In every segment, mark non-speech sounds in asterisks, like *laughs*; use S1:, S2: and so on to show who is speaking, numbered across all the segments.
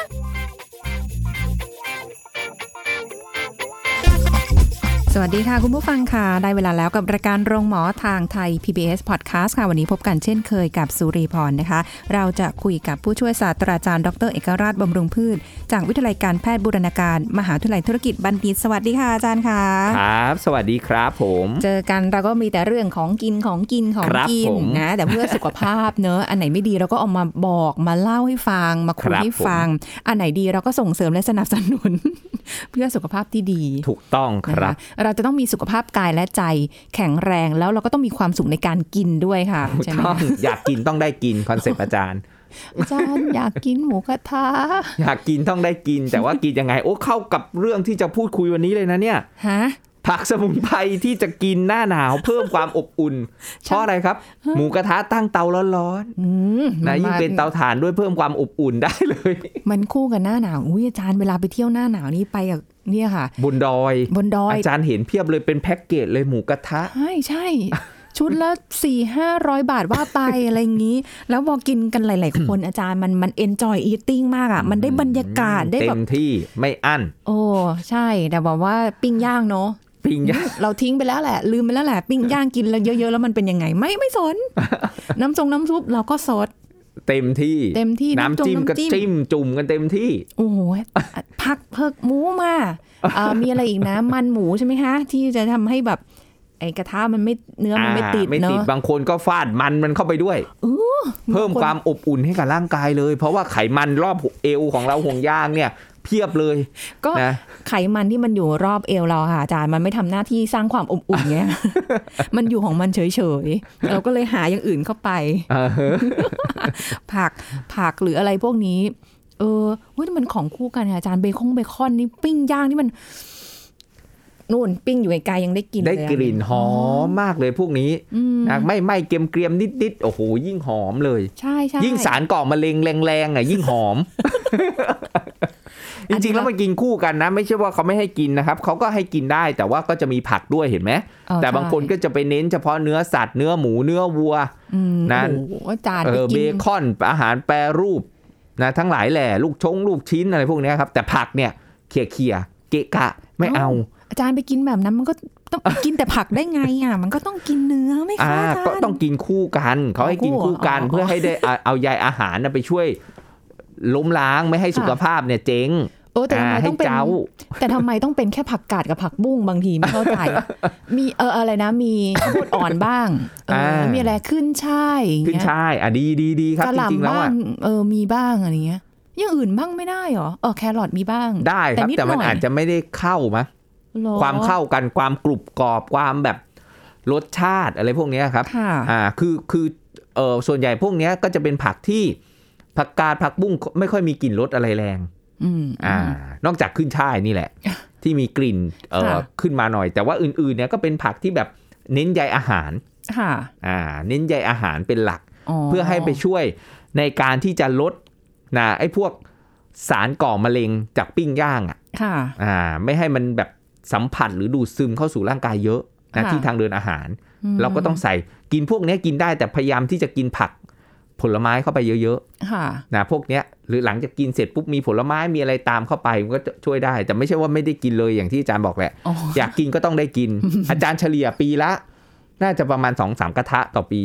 S1: ล
S2: สวัสดีค่ะ คุณผู้ฟังค่ะ ได้เวลาแล้วกับรายการโรงหมอทางไทย PBS Podcast ค่ะ วันนี้พบกันเช่นเคยกับสุรีพรนะคะ เราจะคุยกับผู้ช่วยศาสตราจารย์ดรเอกราชบำรุงพืช จากวิทยาลัยการแพทย์บูรณาการ มหาวิทยาลัยธุรกิจบัณฑิต สวัสดีค่ะอาจารย์ค่ะ
S3: ครับ สวัสดีครับผม
S2: เจอกันเราก็มีแต่เรื่องของกินของกินของ
S3: ครับ
S2: กิน
S3: ผม
S2: นะ แต่เพื่อสุขภาพเนอะอันไหนไม่ดีเราก็เอามาบอกมาเล่าให้ฟัง มาคุย
S3: ครับ
S2: ให้
S3: ผม
S2: ฟัง อันไหนดีเราก็ส่งเสริมและสนับสนุ *laughs* น เพื่อสุขภาพที่ดี
S3: ถูกต้องค
S2: นะ
S3: รั
S2: คะ
S3: บ
S2: เราจะต้องมีสุขภาพกายและใจแข็งแรงแล้วเราก็ต้องมีความสุขในการกินด้วยค่ะ
S3: ถูก
S2: ใช่ไหม
S3: ต้อง อยากกินต้องได้กินคอนเซปต์อาจาร
S2: *laughs*
S3: ย์
S2: อาจารย์อยากกินหมูกระทะ
S3: อยากกินต้องได้กิน แต่ว่ากินยังไง โอ้เข้ากับเรื่องที่จะพูดคุยวันนี้เลยนะเนี่ย
S2: ฮะ
S3: ผักสมุนไพรที่จะกินหน้าหนาว เพิ่มความอบ
S2: *laughs*
S3: อุ่น เพราะอะไรครับ หมูกระทะตั้งเตาร้อน
S2: อืม
S3: ๆนะยิ่งเป็นเตาถ่านด้วยเพิ่มความอบอุ่นได้เลย *laughs*
S2: มันคู่กับหน้าหนาวอุ้ยอาจารย์เวลาไปเที่ยวหน้าหนาวนี่ไปกับเนี่ยค่ะ
S3: บนดอย
S2: บนดอย
S3: อาจารย์เห็นเพียบเลยเป็นแพ็กเกจเลยหมูกระทะ
S2: ใช่ใช่ ชุดละสี่ห้าร้อยบาทว่าไปอะไรอย่างนี้ แล้วพอกินกันหลาย
S3: *coughs*
S2: ๆ คนอาจารย์มันมัน enjoy eating มากอ่ะ มันได้บรรยากาศได้
S3: เต็
S2: แบบ
S3: มที่ไม่อั้น
S2: โอ้ใช่แต่บอกว่าปิ้งย่างเนาะ
S3: ปิ้งย่าง
S2: เราทิ้งไปแล้วแหละ ลืมไปแล้วแหละปิ้งย่างกินแล้วเยอะๆ แล้วมันเป็นยังไงไม่ไม่สน
S3: *laughs*
S2: น้ำจงน้ำซุปเราก็สด
S3: *laughs* เต็มที่
S2: เต็มที่
S3: น้ำ
S2: น้ำจิ้
S3: จิ้
S2: ม
S3: มก็
S2: น้ำจิ้ม
S3: จิ้มจุ่มกันเต็มที่
S2: โอ้โหผักเพิกหมูมาเอ่อมีอะไรอีกนะ *laughs* มันหมูใช่ไหมคะที่จะทำให้แบบ ไอ้กระทะมันไม่เนื้อมันไม่ติด
S3: อ่าไม่ติด
S2: เนาะ
S3: บางคนก็ฟาดมันมันเข้าไปด้วย เพิ่ม
S2: บางคน
S3: ความอบอุ่นให้กับร่างกายเลย เพราะว่าไขมันรอบเอวของเราห่วงยางเนี่ย เพียบเลย
S2: ก็
S3: นะ
S2: ไขมันที่มันอยู่รอบเอวเราค่ะอาจารย์มันไม่ทำหน้าที่สร้างความอบอุ่นไง *laughs* มันอยู่ของมันเฉยๆเราก็เลยหาอย่างอื่นเข้าไป
S3: เออฮะ
S2: ผักผักหรืออะไรพวกนี้ เออเว้ยแต่มันของคู่กันค่ะอาจารย์เบคอนเบคอนนี่ปิ้งย่างนี่มันนู่นปิ้งอยู่ไกลๆยังได้กลิ่น
S3: ได้
S2: เลยอะ
S3: กลิ่นหอมมากเลยพวกนี้นะไม่ไหม่เกรียมเกรียมนิดนิดๆโอ้โหยิ่งหอมเลย
S2: ใช่ใช่
S3: ยิ่งสารก่อมะเร็งแรงๆอ่ะยิ่งหอม
S2: อั
S3: จ
S2: นนี้
S3: ริงๆแล้วมันกินคู่กันนะ ไม่ใช่ว่าเขาไม่ให้กินนะครับเขาก็ให้กินได้แต่ว่าก็จะมีผักด้วยเห็นไหม
S2: เออ
S3: แต่บางคน
S2: ใช่
S3: ก็จะไปเน้นเฉพาะเนื้อสัตว์เนื้อหมูเนื้อวัว
S2: อืม
S3: นะ
S2: โอ้โหอาจารย์
S3: เอ
S2: ไป
S3: อเบ
S2: กิน
S3: คอนอาหารแปรรูปนะทั้งหลายแหล่ลูกชงลูกชิ้นอะไรพวกเนี้ยครับ แต่ผักเนี่ยเขี่ยเขี่ยๆเกะกะไม่เอา
S2: อาจารย์ไปกินแบบนั้นมันก็ต้อง กินแต่ผักได้ไงอ่ะ มันก็ต้องกินเนื้อไหม
S3: อ่า
S2: คะอาจารย์
S3: ก็ต้องกินคู่กันเขาให้กินคู่กัน
S2: อ๋อคู่เหรอ
S3: เพื่อให้ได้เอาเอาใยอาหารน่ะไปช่วย ล้มล้างไม่ให้สุข
S2: ค่ะ
S3: ภาพเนี่ยเจ๊ง
S2: เออแต่ทำ
S3: อ่า
S2: ไม
S3: ให้
S2: ต้องเป็น
S3: เจ้า
S2: แต่ทำไมต้องเป็นแค่ผักกาดกับผักบุ้งบางทีไม่เข้าใจ
S3: *laughs*
S2: มีเอออะไรนะมีข้าวโพดอ่อนบ้างเอออา
S3: มี
S2: มีอะไรขึ้นช่ายอย่าง
S3: ขึ้น
S2: เงี้ย
S3: ช่ายอ่ะดีดีดีครับ
S2: กะ
S3: จ
S2: ห
S3: ริง
S2: ล่ำ
S3: ๆแล้ว
S2: บ้าง
S3: อ่ะ
S2: เออมีบ้างอะไรเงี้ยอยังอื่นบ้างไม่ได้เหรอเออแครอทมีบ้าง
S3: ได้ครับ
S2: แต่นิด
S3: แต่มัน
S2: หน่อย
S3: อาจจะไม่ได้เข้ามั้ง
S2: หรอ
S3: ความเข้ากันความกรุบกรอบความแบบรสชาติอะไรพวกเนี้ยครับ
S2: ค่ะ
S3: อ่าคือคือเออส่วนใหญ่พวกเนี้ยก็จะเป็นผักที่ผักกาดผักบุ้งไม่ค่อยมีกลิ่นรสอะไรแรง
S2: อืม
S3: อ่า นอกจากขึ้นช่าย
S2: *laughs*
S3: นี่แหละ ที่มีกลิ่นเออ
S2: ค่ะ
S3: ขึ้นมาหน่อย แต่ว่าอื่นๆเนี่ยก็เป็นผักที่แบบเน้นใยอาหาร
S2: ค่ะ
S3: อ่าเน้นใยอาหารเป็นหลัก เพื่อให้ไป
S2: ช่วย
S3: ช่วยในการที่จะลดนะไอ้พวกสารก่อมะเร็งจากปิ้งย่างอ่ะ
S2: ค่ะ
S3: อ่าไม่ให้มันแบบสัมผัสหรือดูดซึมเข้าสู่ร่างกายเยอะนะ
S2: ค่ะ
S3: ที่ทางเดินอาหาร
S2: ม
S3: เราก็ต้องใส่กินพวกเนี้ยกินได้แต่พยายามที่จะกินผักผลไม้เข้าไปเยอะ
S2: ค่ะ
S3: ๆนะพวกเนี้ยหรือหลังจากกินเสร็จปุ๊บมีผลไม้มีอะไรตามเข้าไปมันก็จะช่วยได้ แต่ไม่ใช่ว่าไม่ได้กินเลยอย่างที่อาจารย์
S2: *laughs*
S3: บอกแหละ
S2: อ๋อ
S3: อยากกินก็ต้องได้กิน อาจารย์เฉลี่ยปีละ น่าจะประมาณ2อสากระทะต่อปี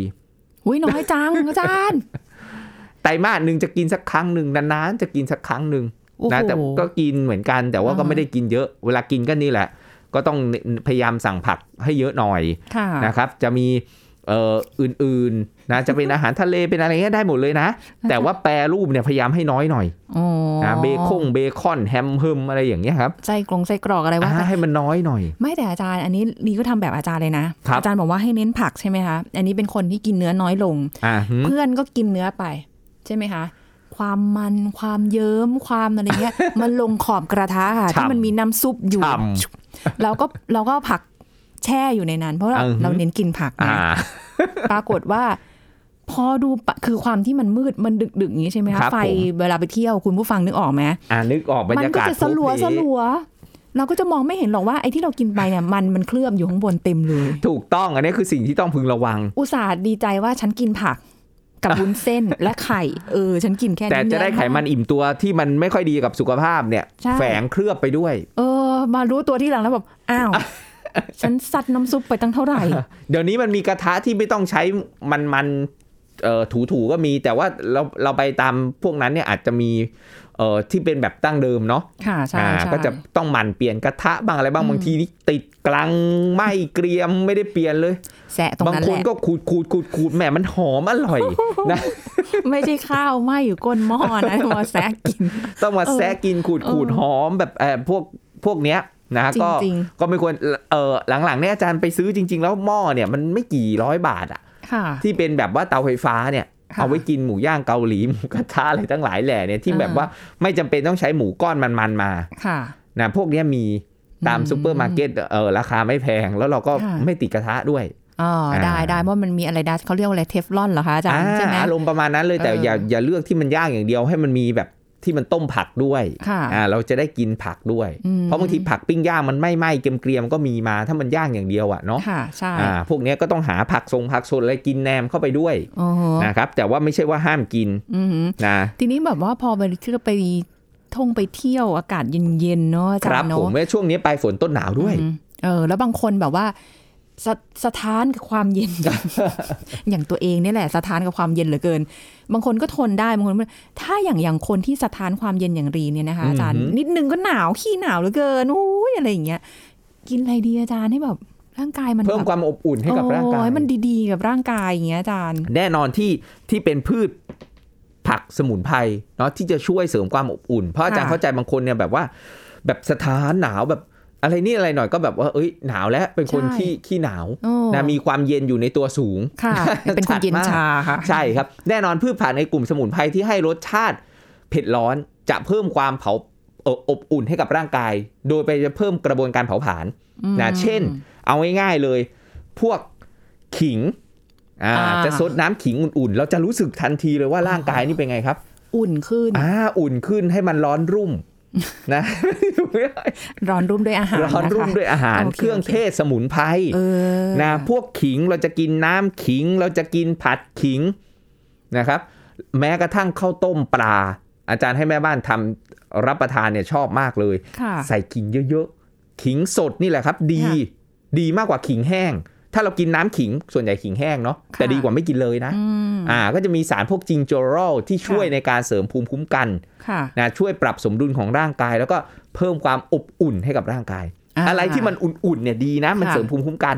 S2: อุ้ยน้อยจัง อาจารย์
S3: ไตรมาสหนึ่งจะกินสักครั้งหนึ่งนานๆจะกินสักครั้งหนึ่ง
S2: โอ้โห
S3: *laughs* นะแต่ก็กินเหมือนกันแต่ว่าก็
S2: อ่าฮะ
S3: ไม่ได้กินเยอะ เวลากินก็นี่แหละ ก็ต้องพยายามสั่งผักให้เยอะหน่อย
S2: ค่ะ
S3: นะครับ จะมีเอ่ออื่น
S2: *laughs*
S3: ๆนะจะเป็นอาหารทะเลเป็นอะไรเงี้ยได้หมดเลยนะ แต่ว่าแปรรูปเนี่ยพยายามให้น้อยหน่อย
S2: อ๋อ
S3: นะเบคงเบคอนแฮมเพิมอะไรอย่างเงี้ยครับ
S2: ไส้กรงไส้กรอกอะไรว่า
S3: อ่า
S2: ไป
S3: ให้มันน้อยหน่อย
S2: ไม่แต่อาจารย์อันนี้ลีก็ทำแบบอาจารย์เลยนะครับ อาจารย์บอกว่าให้เน้นผักใช่ไหมคะอันนี้เป็นคนที่กินเนื้อน้อยลง
S3: อ่าฮึ
S2: เพื่อนก็กินเนื้อไป ใช่ไหมคะ ค ความมันความเยิ้มความอะไรเงี้
S3: *laughs*
S2: ย มันลงขอบกระทะค่ะ
S3: ฉ่ำ
S2: ที่มันมีน้ำซุปอยู่
S3: ฉ่
S2: เราก็เราก็เอาผักแช่อยู่ในนั้น เพราะเรา
S3: อือฮึ
S2: เราเน้นกินผัก
S3: อ่า
S2: นะปรากฏว่า พอดูปะคือความที่มันมืดมันดึกๆอย่างนี้ใช่ไหม
S3: ค
S2: คะ
S3: รับ
S2: ไฟ
S3: ผม
S2: เวลาไปเที่ยวคุณผู้ฟังนึกออกไหม
S3: อ่านึกออกบรร
S2: มัน
S3: ยา
S2: ก็
S3: กาศ
S2: จะสลัว
S3: พวกนี้
S2: สลัว เราก็จะมองไม่เห็นหรอกว่าไอ้ที่เรากินไปเนี่ยมันมันเคลือบอยู่ข้างบนเต็มเลย
S3: ถูกต้องอันนี้คือสิ่งที่ต้องพึงระวัง
S2: อุตส่าห์ดีใจว่าฉันกินผักกับวุ้นเส้
S3: *laughs*
S2: นและไข่ เออ ฉันกินแค่นี้
S3: แต่จะได้ไขมัน
S2: เย
S3: อิ่มตัวที่มันไม่ค่อยดีกับสุขภาพเนี่ย
S2: ใช่
S3: แฝงเคลือบไปด้วย
S2: เออ มารู้ตัวที่หลังแล้วแบบอ้าว *laughs* ฉันซัดน้ำซุปไปตั้งเท่าไหร่
S3: เดี๋ยวนี้มันมีกระทะที่ไม่ต้องใช้มันมันๆเอ่อถูถูๆก็มีแต่ว่าเราเราไปตามพวกนั้นเนี่ยอาจจะมีเอ่อที่เป็นแบบตั้งเดิมเนาะ
S2: ค่ะ ใช่
S3: อ่า
S2: ใช่
S3: ก็จะต้องหมั่นเปลี่ยนกระทะบ้างอะไรบ้าง
S2: อืม
S3: บางทีนี่ติดกลังไหมเกรียมไม่ได้เปลี่ยนเลย
S2: แสะตรง
S3: บาง
S2: นั้น
S3: ค
S2: แห
S3: น
S2: ละ
S3: ก็ขูดขูดขูดขูดแหมมันหอมอร่อย นะ
S2: ไม่ใช่ข้าวไหมอยู่ก้นหม้อนะ *laughs* มาแสะกิน
S3: ต้องมา
S2: เออ
S3: แซะกินขูดขูด
S2: เออ
S3: หอมแบบเอ่อพวกพวกเนี้ยนะฮะก็
S2: จริง
S3: ก็ไม่ควรเออหลังๆเนี่ยอาจารย์ไปซื้อจริง ๆ แล้วหม้อเนี่ยมันไม่กี่ร้อยบาทอะ
S2: ค่ะ
S3: *laughs* ที่เป็นแบบว่าเตาไฟฟ้าเนี่ย
S2: ค่ะ
S3: เอาไว้กินหมูย่างเกาหลีหมูกระทะอะไรทั้งหลายแหล่เนี่ยที่
S2: อ่า
S3: แบบว่าไม่จำเป็นต้องใช้หมูก้อนมันๆมา
S2: ค่ะ
S3: นะพวกเนี้ยมีตาม
S2: อืม
S3: ซูเปอร์มาร์เก็ตเออราคาไม่แพงแล้วเราก็
S2: ค่ะ
S3: ไม่ติดกระทะด้วย
S2: อ๋อได้ได้เพราะมันมีอะไรนะเขาเรียกว่าอะไรเทฟลอนเหรอคะอาจารย์ใช่ไหม
S3: อารมณ์ประมาณนั้นเลยแต่
S2: เออ
S3: อ
S2: อ
S3: ย่าอย่าเลือกที่มันย่างอย่างเดียวให้มันมีแบบที่มันต้มผักด้วย
S2: ค่ะ
S3: อ่าเราจะได้กินผักด้วย
S2: อืม
S3: เพราะบางทีผักปิ้งย่างมันไม่ไหม้เกรียมๆก็มีมาถ้ามันย่างอย่างเดียวอ่ะเนาะ
S2: ค่ะใช่
S3: อ่าพวกเนี้ยก็ต้องหาผักทรงผักสดอะไรกินแนมเข้าไปด้วย
S2: โอ้โห
S3: นะครับแต่ว่าไม่ใช่ว่าห้ามกิน
S2: อือหือ
S3: นะ
S2: ทีนี้แบบว่าพอไปที่เราไปท่องไปเที่ยวอากาศเย็นๆเนาะอา
S3: ค
S2: จาร
S3: รับ
S2: ย์
S3: ผ
S2: เนาะ
S3: มและช่วงนี้ปลายฝนต้นหนาวด้วย
S2: อืมเออ แล้วบางคนแบบว่าสะสะท้านกับความเย็น *laughs* อย่างตัวเองเนี่ยแหละสะท้านกับความเย็นเหลือเกิน บางคนก็ทนได้บางคนไม่ถ้าอย่างอย่างคนที่สะท้านความเย็นอย่างรีเนี่ยนะคะอาจารย์
S3: อือหือ
S2: นิดนึงก็หนาวขี้หนาวเหลือเกินอุ้ยอะไรอย่างเงี้ยกินอะไรดีอาจารย์ให้แบบร่างกายมัน
S3: เพิ่ม
S2: แบบ
S3: ความอบอุ่นให้กับร่างกาย
S2: โอ้มันดีๆกับร่างกายอย่างเงี้ยอาจารย์
S3: แน่นอนที่ที่เป็นพืชผักสมุนไพรเนาะที่จะช่วยเสริมความอบอุ่น เพราะอาจารย์
S2: ค่ะ
S3: เข้าใจบางคนเนี่ยแบบว่า แบบสถานหนาวแบบอะไรนี่อะไรหน่อยก็แบบว่าเอ้ยหนาวแล้วเป็นคนที่ขี้หนาว
S2: โอ้
S3: นะมีความเย็นอยู่ในตัวสูง
S2: ค่ะ เป็นคนเย็นชาค่ะ
S3: ใช่ครับ แน่นอนพืชผักในกลุ่มสมุนไพรที่ให้รสชาติเผ็ดร้อนจะเพิ่มความเผาเอ่ออบอุ่นให้กับร่างกาย โดยไปจะเพิ่มกระบวนการเผาผลาญ นะเช่น เอาง่ายๆเลย พวกขิงอ่า
S2: อ่า
S3: จะซดน้ำขิงอุ่นๆ เราจะรู้สึกทันทีเลยว่าร่างกายนี่เป็นไงครับ
S2: อุ่นขึ้น
S3: อ่าอุ่นขึ้นให้มันร้อนรุ่มนะ
S2: *laughs* ร้อนรุ่มด้วยอาหาร
S3: ร้อนรุ่
S2: นะ
S3: ม
S2: คะ
S3: ด้วยอาหาร
S2: โอเค
S3: เครื่องเทศสมุนไพร
S2: เออ
S3: นะพวกขิงเราจะกินน้ำขิง เราจะกินผัดขิงนะครับ แม้กระทั่งข้าวต้มปลา อาจารย์ให้แม่บ้านทำรับประทานเนี่ยชอบมากเลย
S2: ค่ะ
S3: ใส่ขิงเยอะๆ ขิงสดนี่แหละครับ ดี
S2: ค่ะ
S3: ดีมากกว่าขิงแห้ง ถ้าเรากินน้ำขิงส่วนใหญ่ขิงแห้งเนาะ
S2: ค่ะ
S3: แต่ดีกว่าไม่กินเลยนะ
S2: อืม
S3: อ่า ก็จะมีสารพวกจิงโจรอลที่ช่วย
S2: ค่ะ
S3: ในการเสริมภูมิคุ้มกัน
S2: ค่ะ
S3: นะ ช่วยปรับสมดุลของร่างกาย แล้วก็เพิ่มความอบอุ่นให้กับร่างกาย อะไรที่มันอุ่นๆเนี่ยดีนะ มัน
S2: ค่ะ
S3: เสริมภูมิคุ้มกัน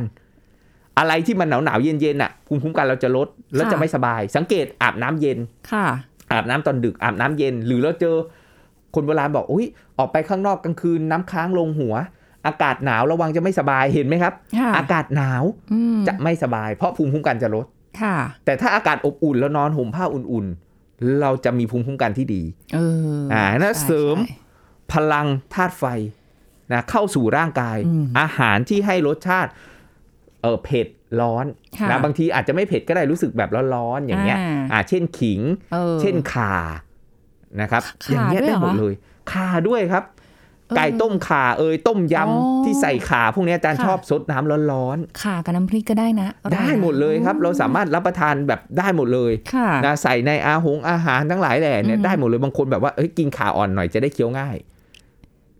S3: อะไรที่มันหนาวหนาวๆเย็นเย็นๆน่ะ ภูมิคุ้มกันเราจะลด แล้ว
S2: ค่ะ
S3: จะไม่สบาย สังเกตอาบน้ำเย็น
S2: ค่ะ
S3: อาบน้ำตอนดึกอาบน้ำเย็น หรือเราเจอ คนโบราณบอกอุ้ยออกไปข้างนอกกลางคืนน้ำค้างลงหัว อากาศหนาวระวังจะไม่สบายเห็นไหมครับ
S2: ค่ะ
S3: อากาศหนาว
S2: อืม
S3: จะไม่สบาย เพราะภูมิคุ้มกันจะลด
S2: ค่ะ
S3: แต่ถ้าอากาศอบอุ่นแล้วนอนห่มผ้าอุ่นๆ เราจะมีภูมิคุ้มกันที่ดี
S2: เออ
S3: อ่า
S2: อ่า
S3: น่าเสริม พลังธาตุไฟนะเข้าสู่ร่างกาย
S2: อืม
S3: อาหารที่ให้รสชาติเออเผ็ดร้อน
S2: ค่ะ
S3: นะบางทีอาจจะไม่เผ็ดก็ได้รู้สึกแบบร้อนๆอย่างเงี้ย
S2: อ่า
S3: อ่าเช่นขิง
S2: ออ
S3: เช่นข่านะครับ
S2: ข่า
S3: อย่างเงี้ย
S2: ด้วย
S3: ได้
S2: เหรอ
S3: หมดเลยข่าด้วยครับ
S2: เออ
S3: ไก่ต้มข่าเอยต้มย
S2: อ๋อ
S3: ำที่ใส่ข่าพวกเนี้ยอาจารย์
S2: ค่ะ
S3: ชอบซดน้ำร้อน
S2: ข่ากับน้ำพริกก็ได้นะอ
S3: ๆ
S2: ร่อย
S3: ได้
S2: นะ
S3: หมดเลยครับ เราสามารถรับประทานแบบได้หมดเลย
S2: ค่ะ
S3: นะใส่ในอาหงอาหารทั้งหลายแหล่เนี่ย
S2: อืม
S3: ได้หมดเลยบางคนแบบว่าเอ้ยกินข่าอ่อนหน่อยจะได้เคี้ยวง่าย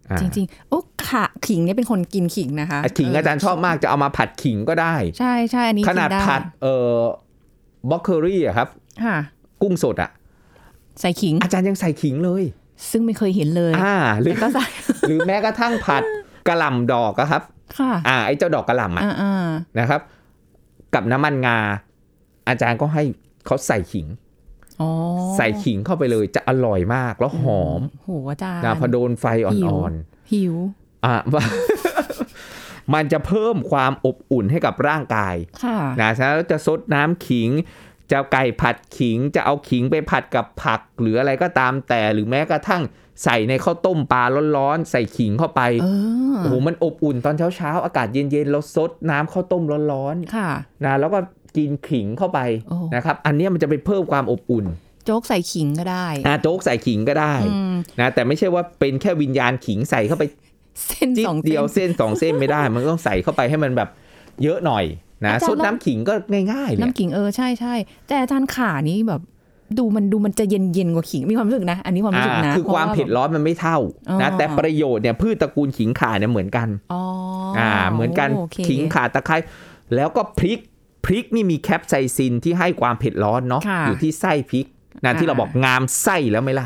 S3: อ่า
S2: จริงๆโอ้ข่าขิงเนี่ยเป็นคนกินขิงนะคะ
S3: อ่ะขิง
S2: เ
S3: อาจารย์ชอบมากจะเอามาผัดขิงก็ได้
S2: ใช่ใช่อันนี้
S3: ขนาด
S2: กิไ
S3: ผัดเอ่อบล็อกเคอรี่อะครับ
S2: ค่ะ
S3: กุ้งสดอ่ะ
S2: ใส่ขิง
S3: อาจารย์ยังใส่ขิงเลย
S2: ซึ่งไม่เคยเห็นเลย
S3: อ่าหรือ
S2: แล้วก็ใส่
S3: หรือแม้กระทั่งผัดกระหล่ำดอกอะครับ
S2: ค่ะ
S3: อ่าไอ้เจ้าดอกกระหล่ำอะ
S2: อ่าอ่า
S3: นะครับ กับน้ำมันงา อาจารย์ก็ให้เขาใส่ขิง
S2: อ๋อ
S3: ใส่ขิงเข้าไปเลยจะอร่อยมากแล้วหอม
S2: โหอาจารย์
S3: นะพอโดนไฟอ
S2: หิว
S3: ่อน
S2: หิว
S3: ๆอ่ะ *laughs* มันจะเพิ่มความอบอุ่นให้กับร่างกาย
S2: ค่ะ
S3: นะฉะนั้นเราจะซดน้ำขิง จะเอาไก่ผัดขิงจะเอาขิงไปผัดกับผัก หรืออะไรก็ตามแต่หรือแม้กระทั่งใส่ในข้าวต้มปลาร้อนๆใส่ขิงเข้าไป
S2: เออ
S3: โอ้โหมันอบอุ่นตอนเช้าๆอากาศเย็นๆเราซดน้ำข้าวต้มร้อน
S2: ค่ะ
S3: ๆนะแล้วก็กินขิงเข้าไป
S2: โอ้
S3: นะครับ อันเนี้ยมันจะไปเพิ่มความอบอุ่น
S2: โจ๊กใส่ขิงก็ได้
S3: นะโจ๊กใส่ขิงก็ได้
S2: อืม
S3: นะแต่ไม่ใช่ว่าเป็นแค่วิญญาณขิงใส่เข้าไป
S2: เส้น
S3: จิ๊
S2: สอง
S3: กเดียวเส้นสองเส้นไม่ได้ มันต้องใส่เข้าไปให้มันแบบเยอะหน่อยนะซดน้ำขิงก็ง่ายๆเลย
S2: น้ำขิงเออใช่ใช่แต่อาจารย์ขานี่แบบ ดูมันดูมันจะเย็นเย็นๆกว่าขิงมีความรู้สึกนะ อันนี้ความรู้สึก
S3: อ่า
S2: นะ
S3: คือความ
S2: พระ
S3: เผ็ดร้อนมันไม่เท่านะ
S2: อ๋อ
S3: แต่ประโยชน์เนี่ยพืชตระกูลขิงข่าเนี่ยเหมือนกัน
S2: อ๋อ
S3: อ่าเหมือนกัน
S2: โเค
S3: ขิงข่าตะไคร้แล้วก็พริกพริกนี่มีแคปไซซินที่ให้ความเผ็ดร้อนเนาะ
S2: ค่ะ
S3: อยู่ที่ไส้พริกนะ
S2: อ่า
S3: ที่เราบอกงามไส้แล้วไหม
S2: *laughs*
S3: ล่ะ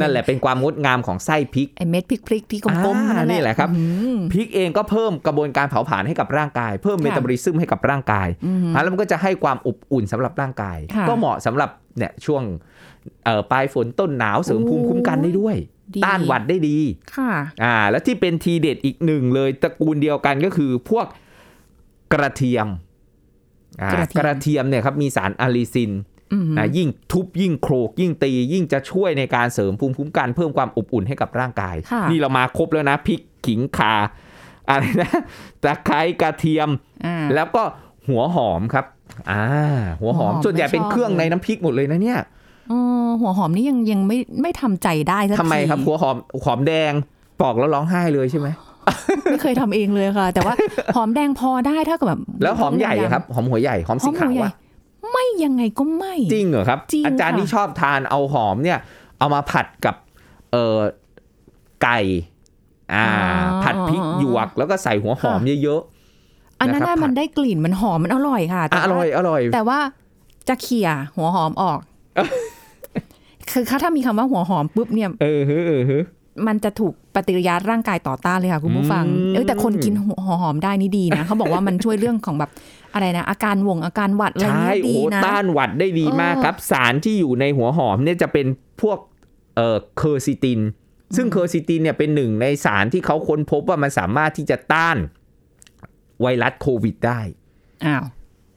S3: นั่นแหละเป็นความงดงามของไส้พริก
S2: ไอเม็ดพริกๆที่กลม
S3: อ่า
S2: ๆ
S3: นี่แหละครับ
S2: อืม
S3: พริกเองก็เพิ่มกระบวนการเผาผลาญให้กับร่างกาย เพิ่ม
S2: ค่ะ
S3: เมตาบอลิซึมให้กับร่างกาย
S2: อืม
S3: อ่ะแล้วมันก็จะให้ความอบอุ่นสำหรับร่างกาย
S2: ค่ะ
S3: ก็เหมาะสำหรับเนี่ยช่วงเอ่อปลายฝนต้นหนาวเสริมภูมิคุ้มกันได้ด้วย
S2: ดี
S3: ต้านหวัดได้ดี
S2: ค่ะ
S3: อ่าแล้วที่เป็นทีเด็ดอีกหนึ่งเลยตระกูลเดียวกันก็คือพวกกระเทียมอ่าก
S2: ระเทียม
S3: กระเทียมเนี่ยครับมีสารอะลิซิน
S2: อืม
S3: นะยิ่งทุบยิ่งโครกยิ่งตี ยิ่งจะช่วยในการเสริมภูมิคุ้มกันเพิ่มความอบอุ่นให้กับร่างกาย
S2: ค่ะ
S3: นี่เรามาครบแล้วนะพริกขิงข่าอะไรนะตะไคร้กระเทียม
S2: อ่า
S3: แล้วก็หัวหอมครับอ่าหัวหอ
S2: หัว
S3: ม
S2: หอม
S3: ส่วนใหญ่เป็น
S2: ไม่ชอบ
S3: เครื่องในน้ำพริกหมดเลยนะเนี่ย
S2: เออหัวหอมนี่ยังยังไม่ไม่ทำใจได้สัก
S3: ทำไม
S2: ที
S3: ครับหัวหอมหอมแดงปอกแล้วร้องไห้เลยใช่ไหม
S2: ไม่เคยทำเองเลยค่ะ
S3: *laughs*
S2: แต่ว่า หอมแดงพอได้ถ้ากับแบบ
S3: แล้วหอมใหญ่อะครับหอมหัวใหญ่หอม
S2: หอ
S3: สี
S2: ม
S3: ขา
S2: หัว
S3: ว
S2: ใหญ่
S3: อะ
S2: ไม่ยังไงก็ไม่
S3: จริงเหรอครับ
S2: จริง
S3: อาจารย์
S2: ค่ะ
S3: ที่ชอบทานเอาหอมเนี่ยเอามาผัดกับเออไก่อ่าผัดพริกหยวกแล้วก็ใส่หัวหอมเยอะ
S2: อันนั้น
S3: นะครับ
S2: น่ะมันได้กลิ่นมันหอมมันอร่อยค่ะ
S3: ๆอ่ะ
S2: แต่
S3: อ
S2: ว่า
S3: ร่อยอร่อย
S2: แต่ว่าจะเขี่ยหัวหอมอ
S3: *laughs*
S2: อก คือถ้ามีคำว่าหัวหอมปุ๊บเนี่ย
S3: เออฮึเออฮึ
S2: มันจะถูกปฏิกิริยาร่างกายต่อต้านเลยค่ะคุณผู้ฟัง
S3: อืม
S2: เอ้ยแต่คนกินหัวหอมได้นี่ดีนะ เขาบอกว่ามัน *laughs* ช่วยเรื่องของแบบอะไรนะ อาการหวงอาการหวัดอะไร
S3: ใช่
S2: นี่
S3: โอ้
S2: ดี
S3: โห
S2: นะ
S3: ต้านหวัดได้ดีมาก
S2: เออ
S3: ครับ สารที่อยู่ในหัวหอมเนี่ยจะเป็นพวกเอ่อเคอร์ซิติน ซึ่งเคอร์ซิตินเนี่ยเป็นหนึ่งในสารที่เขาค้นพบว่ามันสามารถที่จะต้านไวรัสโควิดได้
S2: อ้าว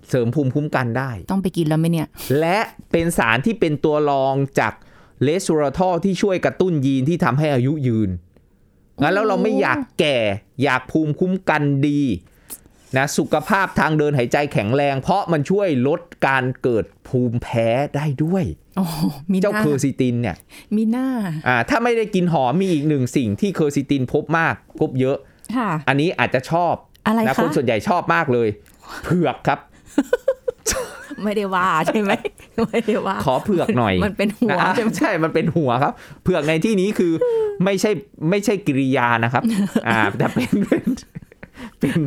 S3: เสริมภูมิคุ้มกันได้
S2: ต้องไปกินแล้วไหมเนี่ย
S3: และเป็นสารที่เป็นตัวรองจากเลสโซรทอลที่ช่วยกระตุ้นยีนที่ทำให้อายุยืน งั้นแล้วเราไม่อยากแก่ อยากภูมิคุ้มกันดีนะสุขภาพทางเดินหายใจแข็งแรง เพราะมันช่วยลดการเกิดภูมิแพ้ได้ด้วย
S2: โอ้โหมีห
S3: เจ้า
S2: น้า
S3: เคอร์ซิตินเนี่ย
S2: มีหน้า
S3: อ่าถ้าไม่ได้กินหอมมีอีกหนึ่งสิ่งที่เคอร์ซิตินพบมากพบเยอะ
S2: ค่ะ
S3: อันนี้อาจจะชอบ
S2: อะไร
S3: นะ
S2: คะ
S3: คนส่วนใหญ่ชอบมากเลย เผือกครับ
S2: ไม่ได้ว่าใช่
S3: *laughs*
S2: ไหม ไม่ได้ว่า
S3: ขอเผือกหน่อย
S2: มันเป็นหัว
S3: อ่ะ
S2: ใช่ไหม
S3: *laughs* ใช่ มันเป็นหัวครับ เผือกในที่นี้
S2: *laughs*
S3: คือไม่ใช่ไม่ใช่กริยานะครับ อ่าแต่เป็น *laughs* เป็นเป็น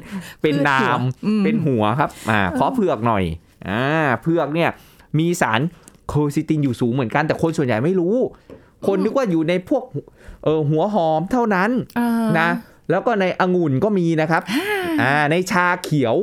S3: เป็นนามเป็นหัวครับ อ่าขอเผือกหน่อย อ่าเผือกเนี่ยมีสารโคซิตินอยู่สูงเหมือนกัน แต่คนส่วนใหญ่ไม่รู้ คนนึกว่าอยู่ในพวกเออหัวหอมเท่านั้น
S2: อ่า
S3: นะแล้วก็ในองุ่นก็มีนะครับอ่าในชาเขียว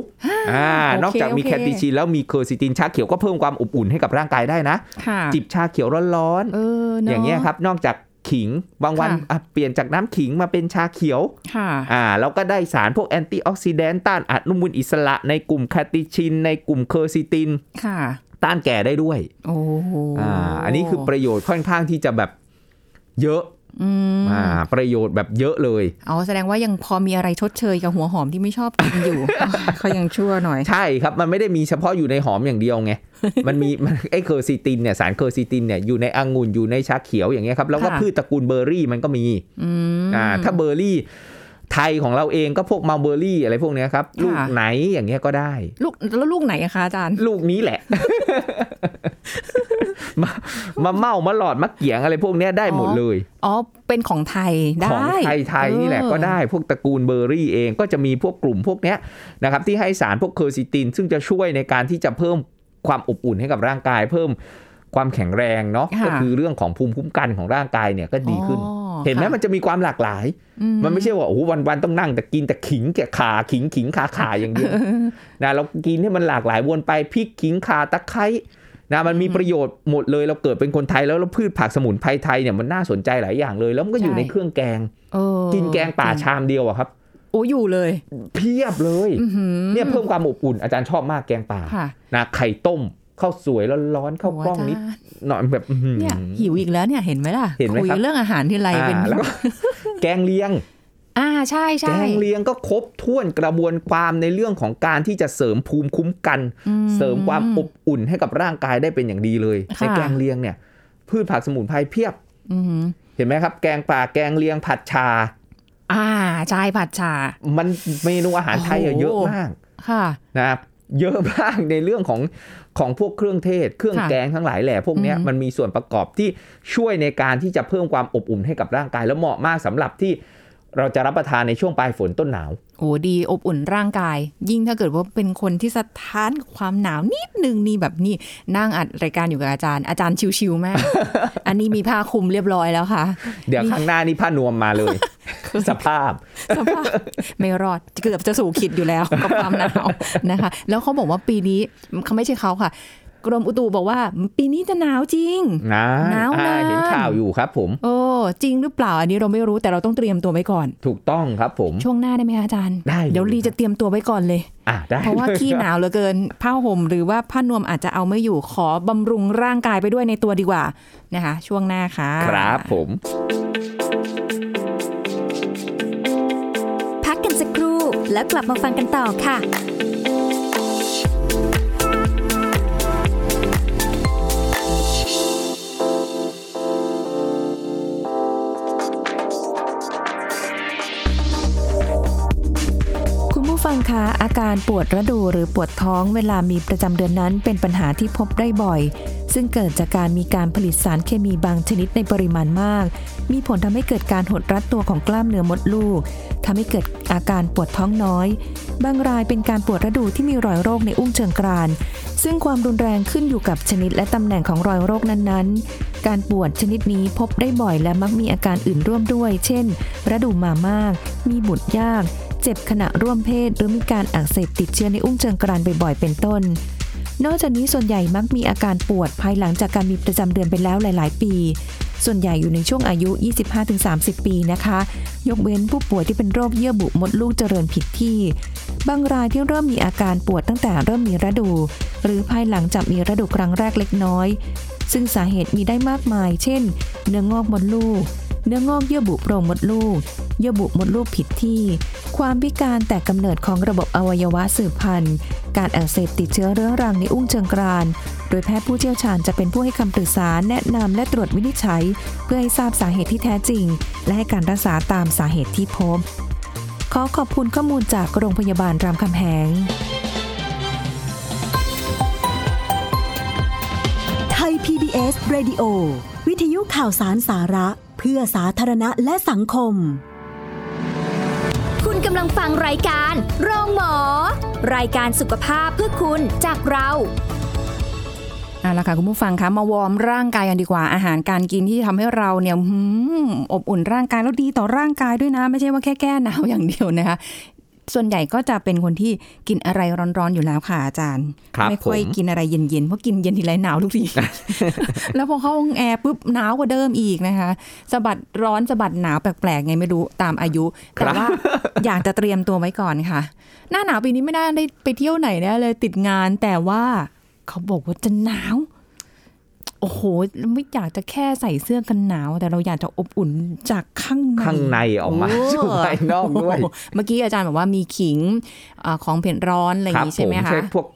S3: อ่า
S2: โอเคน
S3: อกจากมี
S2: โอเค
S3: แคติชินแล้วมีเคอร์ซิตินชาเขียวก็เพิ่มความอบอุ่นให้กับร่างกายได้นะ
S2: ค่ะ
S3: จิบชาเขียวร้อน
S2: เออ
S3: ๆ
S2: นะ
S3: อย่างเงี้ยครับนอกจากขิงบางวัน
S2: ค่ะ
S3: อ่ะเปลี่ยนจากน้ำขิงมาเป็นชาเขียว
S2: ค่ะ
S3: อ่าเราก็ได้สารพวกแอนตี้ออกซิแดนต์ต้านอนุมูลอิสระในกลุ่มแคติชิน ในกลุ่มเคอร์ซิติน
S2: ค่ะ
S3: ต้านแก่ได้ด้วย
S2: โอ้โห
S3: อ่าอันนี้คือประโยชน์ค่อนข้างที่จะแบบเยอะ
S2: อืม
S3: อ่าประโยชน์แบบเยอะเลย
S2: *laughs* อ๋อแสดงว่ายังพอมีอะไรชดเชยกับหัวหอมที่ไม่ชอบกิน
S3: *laughs*
S2: อยู่ เขายังชั่วหน่อย
S3: ใช่ครับ มันไม่ได้มีเฉพาะอยู่ในหอมอย่างเดียวไง
S2: *laughs*
S3: มันมีมันไอเคอร์ซิตินเนี่ยสารเคอร์ซิตินเนี่ยอยู่ในองุ่นอยู่ในชาเขียวอย่างเงี้ยครับแล้วก็
S2: ค่ะ
S3: พืชตระกูลเบอร์รี่มันก็มี
S2: อืม
S3: อ่าถ้าเบอร์รี่ไทยของเราเองก็พวกมัลเบอร์รี่อะไรพวกเนี้ยครับ
S2: ค่ะ
S3: ลูกไหนอย่างเงี้ยก็ได้
S2: ลูกแล้วลูกไหนอะคะอาจารย์
S3: ลูกนี้แหละ *laughs* มามาเมามาหลอดมาเกียงอะไรพวกเนี้ยได้หมดเลย
S2: อ๋อ เป็นของไทยได้
S3: ของไทยไทยนี่แหละก็ได้พวกตระกูลเบอร์รี่เองก็จะมีพวกกลุ่มพวกเนี้ยนะครับที่ให้สารพวกเคอร์ซิติน ซึ่งจะช่วยในการที่จะเพิ่ม ความอบอุ่นให้กับร่างกายเพิ่มความแข็งแรงเนาะ
S2: ค่ะ
S3: ก็คือเรื่องของภูมิคุ้มกันของร่างกายเนี่ยก็ดีขึ้น
S2: อ๋อ
S3: เห็นไหม
S2: ค่ะ
S3: มันจะมีความหลากหลาย
S2: อื
S3: มันไม่ใช่ว่าโอ้โหวันๆต้องนั่งแต่กินแต่ขิงแกะขาขิงขิงขาขาอย่างเดี
S2: *laughs*
S3: ยวนะเรากินให้มันหลากหลายวนไปพริกขิงขาตะไคร้นะมันมีประโยชน์หมดเลยเราเกิดเป็นคนไทยแล้วแล้วพืชผักสมุนไพรไทยเนี่ยมันน่าสนใจหลายอย่างเลย แล้วมันก็อยู่ในเครื่องแกง
S2: เออ
S3: กินแกงป่าชามเดียวอะครับ
S2: โอ้อยู่เลย
S3: เพียบเลย
S2: อื้อหือ
S3: เนี่ยเพิ่มความอบอุ่นอาจารย์ชอบมากแกงป่า
S2: ค่ะ
S3: นะไข่ต้ม ข้าวสวยร้อนๆข้าวกล้องนิด
S2: โโหาจารย์
S3: หน่อยแบบอื้อหือ
S2: เนี่ยหิวอีกแล้วเนี่ยเห็นไหมล่ะ
S3: เห็นไหม
S2: คุย
S3: ครับ
S2: เรื่องอาหารที่ไร
S3: อ่า
S2: เป็น
S3: แล้วก็ แกงเลียง
S2: อ่าใช่
S3: แก
S2: ใช่
S3: งเลียงก็ครบถ้วนกระบวนความในเรื่องของการที่จะเสริมภูมิคุ้มกัน
S2: อื
S3: เสริมความอบอุ่นให้กับร่างกายได้เป็นอย่างดีเลย
S2: ค่ะ
S3: ในแกงเลียงเนี่ย พืชผักสมุนไพรเพียบ
S2: อืม
S3: เห็นไหมครับ แกงป่าแกงเลียงผัดชา
S2: อ่าใช่ผัดชา
S3: มันเมนูอาหารไทยอะ
S2: โอ้โห
S3: เยอะมาก
S2: ค่ะ
S3: นะครับเยอะมากในเรื่องของของพวกเครื่องเทศ เครื่อง
S2: ค่ะ
S3: แกงทั้งหลายแหล่พวกเนี้ย
S2: อืม
S3: มันมีส่วนประกอบที่ช่วยในการที่จะเพิ่มความอบอุ่นให้กับร่างกายแล้วเหมาะมากสำหรับที่เราจะรับประทานในช่วงปลายฝนต้นหนาว
S2: โอ้ดีอบอุ่นร่างกาย ยิ่งถ้าเกิดว่าเป็นคนที่สะท้านกับความหนาวนิดนึงนี่แบบนี่นั่งอัดรายการอยู่กับอาจารย์อาจารย์ชิวๆ
S3: *laughs*
S2: มาก อันนี้มีผ้าคลุมเรียบร้อยแล้วค่ะ
S3: เดี๋ยวข้างหน้านี่ผ้านวมมาเลย สภาพ
S2: สภาพไม่รอดเกือบจะสู่ขิดอยู่แล้ว กับความหนาวนะคะ แล้วเขาบอกว่าปีนี้เขาไม่ใช่เขาค่ะ กรมอุตุบอกว่า ปีนี้จะหนาวจริง
S3: นะ
S2: หนาว
S3: อ่
S2: นาน
S3: เห็นข่าวอยู่ครับผม
S2: โอ้จริงหรือเปล่าอันนี้เราไม่รู้แต่เราต้องเตรียมตัวไว้ก่อน
S3: ถูกต้องครับผม
S2: ช่วงหน้าได้ไหมคะอาจารย์
S3: ได้เลย
S2: เดี๋ยวลีจะเตรียมตัวไว้ก่อนเลย
S3: อ่ะได้
S2: เพราะว่า
S3: ลย
S2: ขี้หนาวเหลือเกิน *laughs* ผ้าห่มหรือว่าผ้านวมอาจจะเอาไม่อยู่ขอบำรุงร่างกายไปด้วยในตัวดีกว่านะคะ ช่วงหน้าค่ะ
S3: ครับผม
S1: พักกันสักครู่แล้วกลับมาฟังกันต่อค่ะ
S2: คุณผู้ฟังคะอาการปวดระดูหรือปวดท้องเวลามีประจำเดือนนั้นเป็นปัญหาที่พบได้บ่อย ซึ่งเกิดจากการมีการผลิตสารเคมีบางชนิดในปริมาณมาก มีผลทำให้เกิดการหดรัดตัวของกล้ามเนื้อมดลูกทำให้เกิดอาการปวดท้องน้อย บางรายเป็นการปวดระดูที่มีรอยโรคในอุ้งเชิงกราน ซึ่งความรุนแรงขึ้นอยู่กับชนิดและตำแหน่งของรอยโรคนั้นๆ การปวดชนิดนี้พบได้บ่อยและมักมีอาการอื่นร่วมด้วย เช่น ระดูมามาก มีบุตรยาก เจ็บขณะร่วมเพศ หรือมีการอักเสบติดเชื้อในอุ้งเชิงกรานบ่อยๆ เป็นต้น นอกจากนี้ส่วนใหญ่มักมีอาการปวดภายหลังจากการมีประจำเดือนไปแล้วหลาย ๆ ปี ส่วนใหญ่อยู่ในช่วงอายุ 25-30 ปีนะคะ ยกเว้นผู้ป่วยที่เป็นโรคเยื่อบุมดลูกเจริญผิดที่ บางรายที่เริ่มมีอาการปวดตั้งแต่เริ่มมีระดู หรือภายหลังจากมีระดูครั้งแรกเล็กน้อย ซึ่งสาเหตุมีได้มากมาย เช่น เนื้องอกมดลูก เนื้องอกเยื่อบุโพรงมดลูก เยื่อบุมดลูกผิดที่ ความพิการแต่กำเนิดของระบบอวัยวะสืบพันธุ์ การอักเสบติดเชื้อเรื้อรังในอุ้งเชิงกราน โดยแพทย์ผู้เชี่ยวชาญจะเป็นผู้ให้คำปรึกษาแนะนำและตรวจวินิจฉัย เพื่อให้ทราบสาเหตุที่แท้จริง และให้การรักษาตามสาเหตุที่พบ ขอขอบคุณข้อมูลจากโรงพยาบาลรามคำแหง
S4: ไทย PBS Radio วิทยุข่าวสารสาระ เพื่อสาธารณะและสังคม
S1: คุณกำลังฟังรายการ โรงหมอ รายการสุขภาพเพื่อคุณจากเรา
S2: เอาละค่ะคุณผู้ฟังคะมาวอร์มร่างกายกันดีกว่าอาหารการกินที่ทำให้เราเนี่ยหืมอบอุ่นร่างกายแล้วดีต่อร่างกายด้วยนะ ไม่ใช่ว่าแค่แก้หนาวอย่างเดียวนะคะ *laughs* ส่วนใหญ่ก็จะเป็นคนที่กินอะไรร้อนๆอยู่แล้วค่ะอาจารย์
S3: ครับ
S2: ไม่ค่อย
S3: ผม
S2: กินอะไรเย็นๆเพราะกินเย็นทีไรหนาวทุกที แล้วพอเข้าห้องแอร์ปุ๊บหนาวกว่าเดิมอีกนะคะสะบัดร้อนสะบัดหนาวแปลกๆไงไม่รู้ตามอายุแต่ว่า อยากจะเตรียมตัวไว้ก่อนค่ะ หน้าหนาวปีนี้ไม่ได้ได้ไปเที่ยวไหนแน่เลยติดงานแต่ว่า เขาบอกว่าจะหนาว โอ้โหไม่อยากจะแค่ใส่เสื้อกันหนาว แต่เราอยากจะอบอุ่นจากข้างใน
S3: ข้างในออกมา
S2: โ
S3: สู่ภายนอกด้วย
S2: โโหเมื่อกี้อาจารย์บอกว่ามีขิงเออของเผ็ดร้อนอะไรอย่าง
S3: ครั
S2: นี้
S3: ผ
S2: ใช่ไห
S3: ม
S2: มคะ
S3: ใช้พวก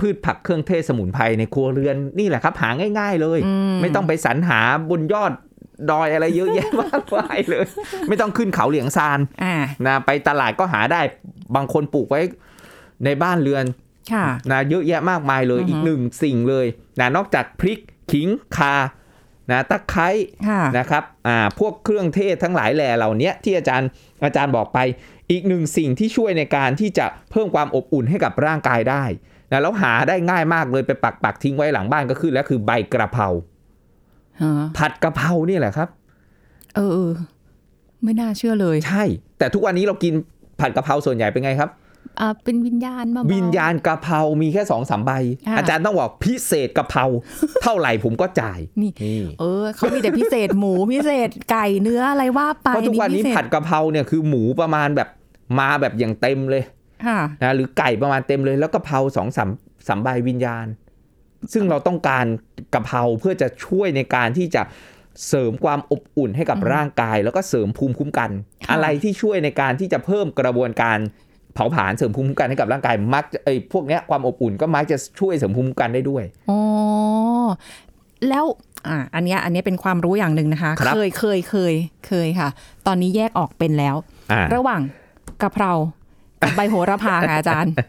S3: พืชผักเครื่องเทศสมุนไพรในครัวเรือนนี่แหละครับ หาง่าย ๆ เลย
S2: อืม
S3: ไม่ต้องไปสรรหาบนยอดดอยอะไรเยอะแยะ มากมายเลย ไม่ต้องขึ้นเขาเหลียงซาน
S2: อ่า
S3: นะไปตลาดก็หาได้บางคนปลูกไว้ในบ้านเรือน
S2: ค่ะ
S3: นะเยอะแยะมากมายเลย
S2: อือฮึ
S3: อีกหนึ่งสิ่งเลยนะนอกจากพริกขิงคานะตะไคร้
S2: ค่ะ
S3: นะครับอ่าพวกเครื่องเทศทั้งหลายแหล่เหล่าเนี้ยที่อาจารย์อาจารย์บอกไป อีกหนึ่งสิ่งที่ช่วยในการที่จะเพิ่มความอบอุ่นให้กับร่างกายได้นะแล้วหาได้ง่ายมากเลยไปปักปักทิ้งไว้หลังบ้านก็คือแล้วคือใบกระเพรา
S2: ฮะ
S3: ผัดกระเพรานี่แหละครับ
S2: เออเออ ไม่น่าเชื่อเลย
S3: ใช่ แต่ทุกวันนี้เรากินผัดกระเพราส่วนใหญ่เป็นไงครับ
S2: อ่าเป็นวิญญาณมา
S3: วิญญาณกระเพรามีแค่สองสามใบ
S2: ค่ะ
S3: อาจารย์ต้องบอกพิเศษกระเพราเท่าไหร่ผมก็จ่าย
S2: นี่
S3: นี่
S2: เออเขามีแต่พิเศษ หมูพิเศษไก่เนื้ออะไรว่าไป
S3: เพราะทุกวันนี้
S2: พิเศษ
S3: ผัดกะเพราเนี่ยคือหมูประมาณแบบมาแบบอย่างเต็มเลย
S2: ค่ะ
S3: นะหรือไก่ประมาณเต็มเลย แล้วกะเพราสองสามสามใบวิญญาณ ซึ่งเราต้องการกะเพราเพื่อจะช่วยในการที่จะเสริมความอบอุ่นให้กับ
S2: อืม
S3: ร่างกาย แล้วก็เสริมภูมิคุ้มกัน
S2: ค่ะ
S3: อะไรที่ช่วยในการที่จะเพิ่มกระบวนการเผาผลาญเสริมภูมิคุ้มกันให้กับร่างกายมักจะไอ้พวกเนี้ยความอบอุ่นก็มักจะช่วยเสริมภูมิคุ้มกันได้ด้วย
S2: อ๋อแล้วอ่าอันเนี้ยอันเนี้ยเป็นความรู้อย่างหนึ่งนะคะ
S3: ครับ
S2: เคยเคยเคยเคยค่ะ ตอนนี้แยกออกเป็นแล้ว
S3: อ่า
S2: ระหว่างกะเพรากับใบโหระพาค่ะอาจารย์
S3: *laughs*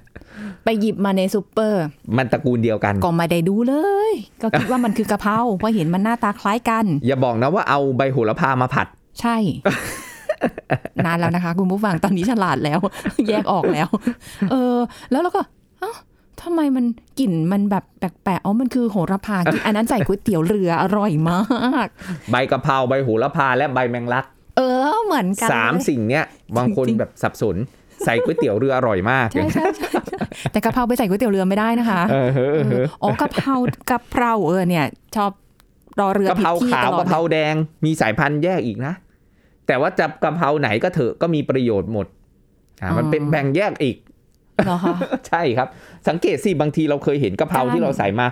S2: ไปหยิบมาในซูเปอร์
S3: มันตระกูลเดียวกัน
S2: ก็ไม่ได้ดูเลย ก็คิดว่ามันคือกะเพราเพราะเห็นมันหน้าตาคล้ายกัน
S3: อย่าบอกนะว่าเอาใบโหระพามาผัด
S2: ใช่ *laughs* นานแล้วนะคะ คุณผู้ฟังตอนนี้ฉลาดแล้ว *laughs* แยกออกแล้ว เออ แล้วเราก็เอ้าทำไมมันกลิ่นมันแบบแปลกๆอ๋อมันคือโหระพากินอันนั้นใส่ก๋วยเตี๋ยวเรืออร่อยมาก
S3: ใบกะเพราใบโหระพาและใบแมงลัก
S2: เออเหมือนกัน
S3: สาม
S2: เลย
S3: สิ่งเนี้ยบางคน
S2: จริงๆ
S3: แบบสับสนใส่ก๋วยเตี๋ยวเรืออร่อยมาก
S2: ใช่ใช่ใช่ใช่แต่กะเพราไปใส่ก๋วยเตี๋ยวเรือไม่ได้นะคะ
S3: เออเออเอ
S2: เออ
S3: อ
S2: อ๋อกะเพรากะเพราเออเนี่ย ชอบรอเรือก
S3: ะ
S2: ผิ
S3: เพ
S2: ด
S3: รา
S2: ที่
S3: ขา
S2: ตล
S3: ว
S2: อด
S3: กะเพราแดงมีสายพันธุ์แยกอีกนะ แต่ว่าจะกะเพราไหนก็เถอะก็มีประโยชน์หมดอ่ามันเป็นแบ่งแยกอีก
S2: เหรอคะ
S3: ใช่ครับ สังเกตสิบางทีเราเคยเห็นกะเพรา
S2: ใช่
S3: ที่เราใส่มา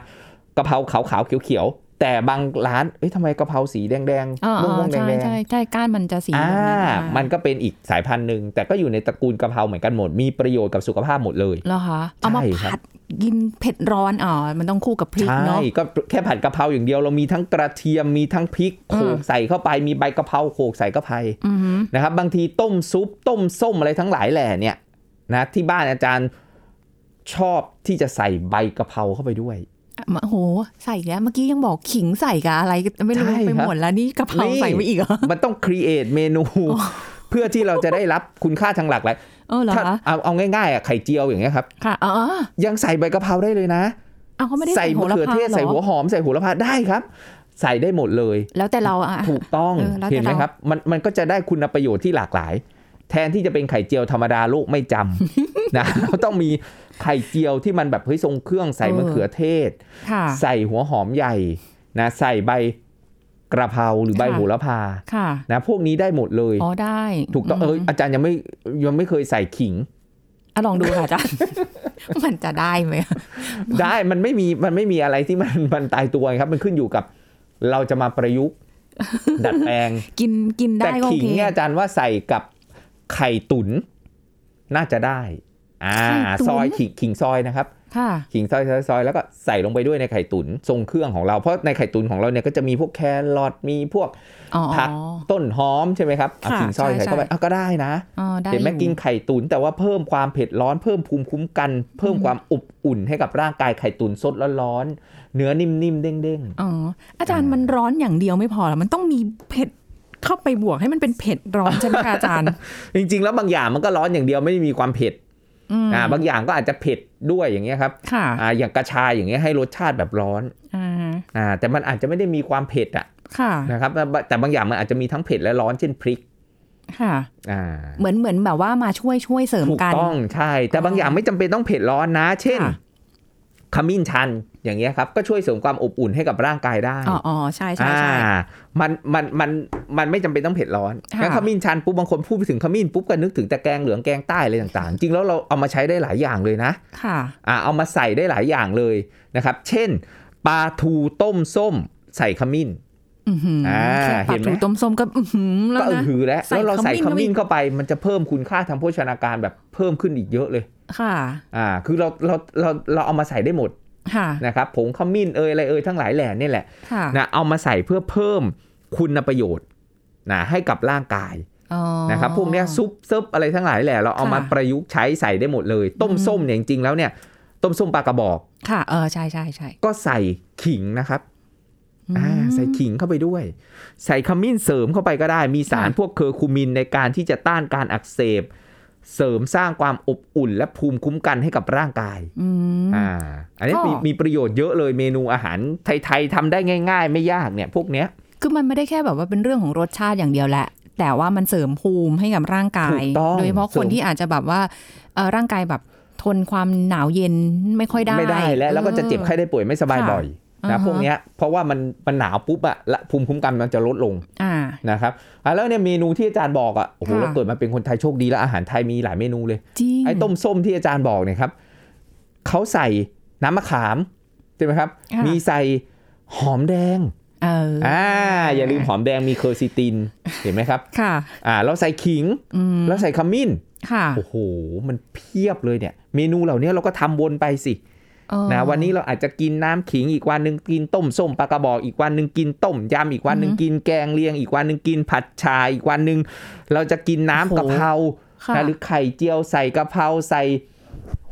S3: กะเพราขาวขาวๆเขียวๆแต่บางร้านเอ้ยทำไมกะเพราสีแดงแดง
S2: อ๋อ
S3: ม่วงม่วงๆแด
S2: ใช่
S3: งแดง
S2: ใช่ใช่ก้านมันจะสี
S3: อ่า
S2: แบบนั้นอ่ะ
S3: มันก็เป็นอีกสายพันธุ์หนึ่งแต่ก็อยู่ในตระกูลกะเพราเหมือนกันหมด มีประโยชน์กับสุขภาพหมดเลย
S2: เหรอคะเอามา
S3: ใช่ครับ
S2: ผัดกินเผ็ดร้อนอ๋อมันต้องคู่กับพริก
S3: ใช่
S2: เนาะ
S3: ก็แค่ผัดกะเพราอย่างเดียวเรามีทั้งกระเทียมมีทั้งพริก
S2: อื
S3: โข
S2: ม
S3: กใส่เข้าไปมีใบกะเพราโขกใส่เข้าไป
S2: อือหือ
S3: นะครับ บางทีต้มซุปต้มส้มอะไรทั้งหลายแหล่เนี่ยนะที่บ้านอาจารย์ชอบที่จะใส่ใบกะเพราเข้าไปด้วย
S2: มะโหใส่อีกแล้วเมื่อกี้ยังบอกขิงใส่กับอะไรไม่รู้
S3: ใช่ครับ
S2: ไปหมดแล้วนี่กะเพรา
S3: นี่
S2: ใส่ไปอีกเหรอ
S3: มันต้องครีเอทเมนู
S2: *laughs*
S3: เพื่อที่เราจะได้รับคุณค่าทางหลากหลาย
S2: เออเหรอ
S3: ถ้า
S2: คะ
S3: เอาเอาง่ายๆอ่ะไข่เจียวอย่างเงี้ยครับ
S2: ค่ะอ๋อ
S3: ยังใส่ใบกะเพราได้เลยนะ
S2: เอาเขาไม่ได้
S3: ใส่
S2: ใส่โห
S3: มะ
S2: ระ
S3: เขือ
S2: พา
S3: เทศใส่
S2: เหร
S3: หัว
S2: อ
S3: หอมใส่หัวละพาได้ครับ ใส่ได้หมดเลย
S2: แล้วแต่เราอ่ะ
S3: ถูกต้อง
S2: เออแล้วแต่
S3: เห็นไหม
S2: เรา
S3: ครับมันมันก็จะได้คุณประโยชน์ที่หลากหลาย แทนที่จะเป็นไข่เจียวธรรมดาโลกไม่จำ *laughs* นะเราต้องมีไข่เจียวที่มันแบบเฮ้ยทรงเครื่องใส่มะเขือเทศ
S2: ค่ะ
S3: ใส่หัวหอมใหญ่นะใส่ใบกระเพราหรือใบ
S2: ค่ะ
S3: โหระพา
S2: ค่ะ
S3: นะพวกนี้ได้หมดเลย
S2: อ๋อได้
S3: ถูกต้องเอออาจารย์ยังไม่ยังไม่เคยใส่ขิ
S2: *laughs*
S3: ง
S2: อ่ะลองดูค่ะอา
S3: *laughs*
S2: จารย์ มันจะได้ไหม
S3: ได้มันไม่มีมันไม่มีอะไรที่มันมันตายตัวครับ มันขึ้นอยู่กับเราจะมาประยุกต์ ดัดแปลง
S2: กินกิน
S3: แต่
S2: ได้ก็โอ
S3: ขิง
S2: เค
S3: เนี่ยอาจารย์ว่าใส่กับไข่ตุ๋นน่าจะได้ อ่า ซอยขิงขิงซอยนะครับ
S2: ค่ะ
S3: ขิงซอยซอยซอยแล้วก็ใส่ลงไปด้วยในไข่ตุ๋นทรงเครื่องของเราเพราะในไข่ตุ๋นของเราเนี่ยก็จะมีพวกแครอทมีพวก
S2: อ๋อ
S3: ผักต้นหอมใช่ไหมครับอ่ะ
S2: ค่ะ
S3: ขิงซอย
S2: ใช่
S3: ใส่เข้าไป
S2: ใช่
S3: อ่ะก็ได้นะ
S2: อ๋อได้
S3: เห็นไหม
S2: อยู่
S3: กินไข่ตุนแต่ว่าเพิ่มความเผ็ดร้อนเพิ่มภูมิคุ้มกัน เพิ่มความอบอุ่นให้กับร่างกายไข่ตุนสดร้อนๆเนื้อนิ่มๆเด้ง
S2: อ๋ออาจารย์มันร้อนอย่างเดียวไม่พอหรอมันต้องมีเผ็ดเข้าไปบวกให้มันเป็นเผ็ดร้อนใช่ไหมคะอาจารย์
S3: ๆ จริง ๆ แล้วบางอย่างมันก็ร้อนอย่างเดียวไม่ได้มีความเผ็ด
S2: อืม
S3: อ่าบางอย่างก็อาจจะเผ็ดด้วยอย่างเงี้ยครับ
S2: ค่ะ
S3: อ่าอย่างกระชายอย่างเงี้ยให้รสชาติแบบร้อน
S2: อ่า
S3: อ่าแต่มันอาจจะไม่ได้มีความเผ็ดอ่ะ
S2: ค่ะ
S3: นะครับแต่แต่บางอย่างมันอาจจะมีทั้งเผ็ดและร้อนเช่นพริก
S2: ค่ะ
S3: อ่า
S2: เหมือนเหมือนแบบว่ามาช่วยช่วยเสริม
S3: ถูก
S2: กัน
S3: ต้องใช่ แต่บางอย่างไม่จำเป็นต้องเผ็ดร้อนนะ เช่น
S2: ค่ะ
S3: ขมิ้นชันอย่างเงี้ยครับก็ช่วยเสริมความอบอุ่นให้กับร่างกายได้
S2: อ๋ออ๋อใช่ใช่
S3: อ่า
S2: ใช่
S3: มันมันมันมันไม่จำเป็นต้องเผ็ดร้อน
S2: ค่ะ
S3: งั้นขมิ้นชันปุ๊บบางคนพูดไปถึงขมิ้นปุ๊บก็นึกถึงแต่แกงเหลืองแกงใต้อะไรต่างๆ จริงแล้วเราเอามาใช้ได้หลายอย่างเลยนะ
S2: ค่ะ
S3: อ่าเอามาใส่ได้หลายอย่างเลยนะครับ เช่นปลาทูต้มส้มใส่ขมิ้น
S2: อือหือ
S3: อ่า
S2: แค่ป
S3: เห็
S2: ลาน
S3: ไหม
S2: ถูต้มส้มก็อื้อหือแล้ว
S3: ก็อื
S2: นะ
S3: อหือแล้ว
S2: ใส่
S3: แล้วเราใส่
S2: ข
S3: ข
S2: มิ้
S3: มิ้
S2: น
S3: น
S2: เข้าไป
S3: เข้าไป มันจะเพิ่มคุณค่าทางโภชนาการแบบเพิ่มขึ้นอีกเยอะเลย
S2: ค่ะ
S3: อ่าคือเราเราเราเราเอามาใส่ได้หมด
S2: ค่ะ
S3: นะครับผงขมิ้นเอยอะไรเอยทั้งหลายแหล่นี่แหละ
S2: ค่ะ
S3: นะเอามาใส่เพื่อเพิ่มคุณประโยชน์นะให้กับร่างกาย
S2: อ๋อ
S3: นะครับพวกเนี้ยซุปซึบอะไรทั้งหลายแหละเราเอามา
S2: ค่ะ
S3: ประยุกต์ใช้ใส่ได้หมดเลย ต้ม
S2: อืม
S3: ส้มเนี่ยจริงๆแล้วเนี่ยต้มส้มปลากระบอก
S2: ค่ะ เออ ใช่ใช่ใช่
S3: ก็ใส่ขิงนะครับ
S2: อืม
S3: อ่าใส่ขิงเข้าไปด้วย ใส่ขมิ้นเสริมเข้าไปก็ได้ มีสาร
S2: ค่ะ
S3: พวกเคอร์คูมินในการที่จะต้านการอักเสบ เสริมสร้างความอบอุ่น และภูมิคุ้มกันให้กับร่างกาย
S2: อืม
S3: อ่าอันนี้
S2: ก็
S3: มีมีประโยชน์เยอะเลยเมนูอาหารไทยๆทำได้ง่าย ๆ ไม่ยากเนี่ยพวกเนี้ย
S2: คือมันไม่ได้แค่แบบว่าเป็นเรื่องของรสชาติอย่างเดียวแหละ แต่ว่ามันเสริมภูมิให้กับร่างกาย
S3: ถูกต้อง
S2: โดยเฉพาะคน
S3: เสริม
S2: ที่อาจจะแบบว่าเอ่อร่างกายแบบทนความหนาวเย็นไม่ค่อยได้
S3: ไม่ได้และแล้วก็จะเจ็บไข้
S2: ออ
S3: ได้ป่วยไม่สบาย
S2: ค่ะ
S3: บ่อย
S2: อ่า
S3: นะ
S2: ฮะ
S3: พวกเนี้ยเพราะว่ามันมันหนาวปุ๊บอะและภูมิคุ้มกันมันจะลดลง
S2: อ่า
S3: นะครับอ่ะแล้วเนี่ยเมนูที่อาจารย์บอกอะโอ้โห
S2: ค่ะ
S3: เราเกิดมาเป็นคนไทยโชคดีแล้วอาหารไทยมีหลายเมนูเลย
S2: จริง
S3: ไอ้ต้มส้มที่อาจารย์บอกเนี่ยครับเขาใส่น้ำมะขาม ใช่ไหมครับ
S2: ค่ะ
S3: มีใส่หอมแดง
S2: เออ
S3: อ่าอย่าลืมหอมแดงมีเคอร์ซิตินเห็นไหมครับ
S2: ค่ะ
S3: อ่าเราใส่ขิง
S2: อืม
S3: เราใส่ขมิ้น
S2: ค่ะ
S3: โอ้โห มันเพียบเลยเนี่ย เมนูเหล่านี้เราก็ทำวนไปสิ
S2: เออ
S3: นะวันนี้เราอาจจะกินน้ำขิงอีกวันหนึ่งกินต้มส้มปลากระบอกอีกวันหนึ่งกินต้มยำอีกวันหนึ่ง
S2: อือฮึ
S3: กินแกงเลียงอีกวันหนึ่งกินผัดชาอีกวันหนึ่งเราจะกินน้ำ
S2: โอ้โห
S3: กะเพรา
S2: ค่ะ
S3: นะหรือไข่เจียวใส่กะเพราใส่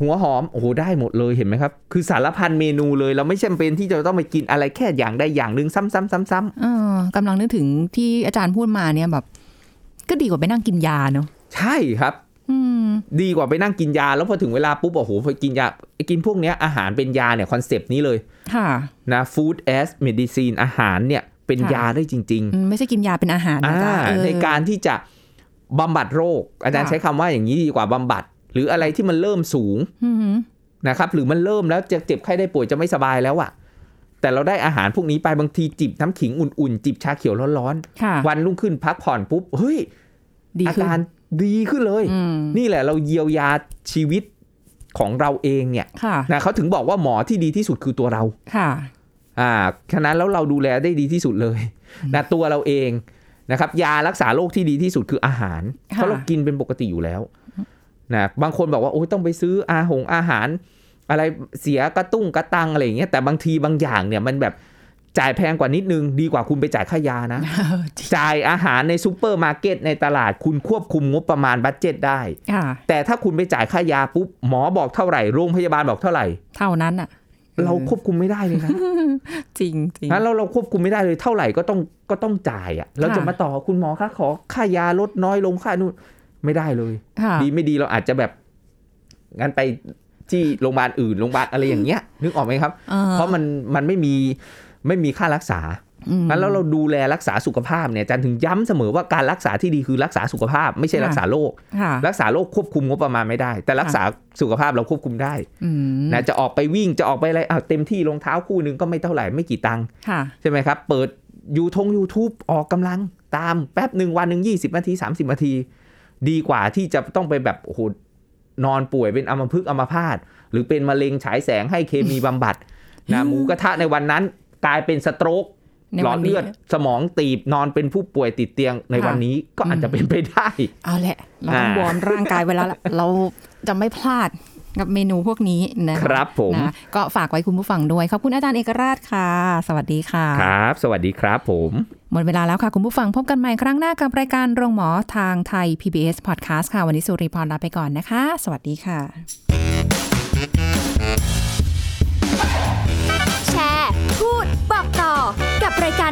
S3: หัวหอมโอ้โหได้หมดเลยเห็นไหมครับ คือสารพันเมนูเลยเราไม่จำเป็นที่จะต้องไปกินอะไรแค่อย่างใดอย่างหนึ่งซ้ำๆซ้ำ
S2: เออกำลังนึกถึงที่อาจารย์พูดมาเนี่ยแบบ ก็ดีกว่าไปนั่งกินยาเนาะ
S3: ๆใช่ครับ
S2: อืม
S3: ดีกว่าไปนั่งกินยาแล้วพอถึงเวลาปุ๊บโอ้โหพอกินยาไอ้กินพวกเนี้ยอาหารเป็นยาเนี่ยคอนเซปต์นี้เลย
S2: ค่ะ
S3: นะ food as medicine อาหารเนี่ยเป็น
S2: ค่ะ
S3: ยาได้จริง ๆ
S2: อืมไม่ใช่กินยาเป็นอาหารนะจ๊ะเออ
S3: ในการที่จะบำบัดโรค อาจารย์
S2: ค่ะ
S3: ใช้คำว่าอย่างนี้ดีกว่าบำบัด หรืออะไรที่มันเริ่มสูง
S2: อืม
S3: นะครับ หรือมันเริ่มแล้วจะเจ็บไข้ได้ป่วยจะไม่สบายแล้วอะแต่เราได้อาหารพวกนี้ไปบางทีจิบน้ำขิงอุ่นๆ จิบชาเขียวร้อน
S2: ค่ะ
S3: ๆ วันรุ่งขึ้นพักผ่อนปุ๊บเฮ้ย
S2: ดี
S3: อา
S2: ขึ้น
S3: การดีขึ้นเลย
S2: อืม
S3: นี่แหละเราเยียวยาชีวิตของเราเองเนี่ย
S2: ค่ะ
S3: นะเขาถึงบอกว่าหมอที่ดีที่สุดคือตัวเรา
S2: ค่ะ *laughs*
S3: อ่าฉะนั้นแล้วเราดูแลได้ดีที่สุดเลยนะตัวเราเองนะครับยารักษาโรคที่ดีที่สุดคืออาหาร
S2: ค่ะ
S3: เพราะเรากินเป็นปกติอยู่แล้วนะบางคนบอกว่าโอ้ยต้องไปซื้ออาหงอาหาร อะไรเสียกระตุ้งกระตังอะไรอย่างเงี้ยแต่บางทีบางอย่างเนี่ยมันแบบจ่ายแพงกว่านิดนึง ดีกว่าคุณไปจ่ายค่ายา
S2: *laughs*
S3: นะ
S2: เออจริง
S3: จ่ายอาหารในซูเปอร์มาร์เก็ตในตลาดคุณควบคุมงบประมาณบัตเจ็ตได้
S2: ค่ะ
S3: แต่ถ้าคุณไปจ่ายค่ายาปุ๊บหมอบอกเท่าไหร่โรงพยาบาลบอกเท่าไหร่
S2: เท่านั้นอ่ะ
S3: เราควบคุมไม่ได้เลยนะ
S2: จริงจริง
S3: งั้นเราเราควบคุมไม่ได้เลยเท่าไหร่ก็ต้องก็ต้องจ่ายอะ่ะเราจะมาต่อคุณหมอคะขอค่ายาลดน้อยลงค่านู่นไม่ได้เลย
S2: ค่ะ
S3: ดีไม่ดีเราอาจจะแบบงั้นไปที่โรงพยาบาลอื่นโรงพยาบาลอะไรอย่างเงี้ย นึกออกไหมครับ
S2: เออ
S3: เพราะมันมันไม่มีไม่มีค่ารักษา
S2: อืม
S3: งั้นแล้วเราดูแลรักษาสุขภาพเนี่ยอาจันถึงย้ำเสมอว่าการรักษาที่ดีคือรักษาสุขภาพ ไม่ใช่
S2: ค่ะ
S3: รักษาโรค
S2: ค่ะ
S3: รักษาโรคควบคุมงบประมาณไม่ได้ แต่รักษาสุขภาพเราควบคุมได้
S2: อืม
S3: นะจะออกไปวิ่งจะออกไปอะไรอ้าวเต็มที่รองเท้าคู่หนึ่งก็ไม่เท่าไหร่ไม่กี่ตังค์
S2: ค่ะ
S3: ใช่ไหมครับ เปิดยูทง YouTube ออกกำลังตามแป๊บหนึ่งวันหนึ่ง20 นาที 30 นาที ดีกว่าที่จะต้องไปแบบโอ้โหนอนป่วยเป็นอัมพฤกษ์อัมพาตหรือเป็นมะเร็งฉายแสงให้เคมีบำบัดนะหมูกระทะในวันนั้นกลายเป็นสโตรก
S2: ใน
S3: หลอ
S2: วั
S3: ด
S2: น
S3: เลื
S2: นี้
S3: อดสมองตีบนอนเป็นผู้ป่วยติดเตียงในวันนี้ก็อาจจะเป็นไปได้
S2: เอาแหละ เราต้อง
S3: อ่าว
S2: อร์มร่างกายไว้
S3: *laughs*
S2: แล้วล่ะ เราจะไม่พลาดกับเมนูพวกนี้นะครับ
S3: ผม
S2: นะก็ฝากไว้คุณผู้ฟังด้วย ขอบคุณอาจารย์เอกราชค่ะ สวัสดีค่ะ
S3: ครับ สวัสดีครับผม
S2: หมดเวลาแล้วค่ะ คุณผู้ฟังพบกันใหม่ครั้งหน้ากับรายการโรงหมอทางไทย PBS Podcast ค่ะ วันนี้สุริพรลาไปก่อนนะคะ สวัสดีค่ะ
S1: แชร์ พูด บอกต่อกับรายการ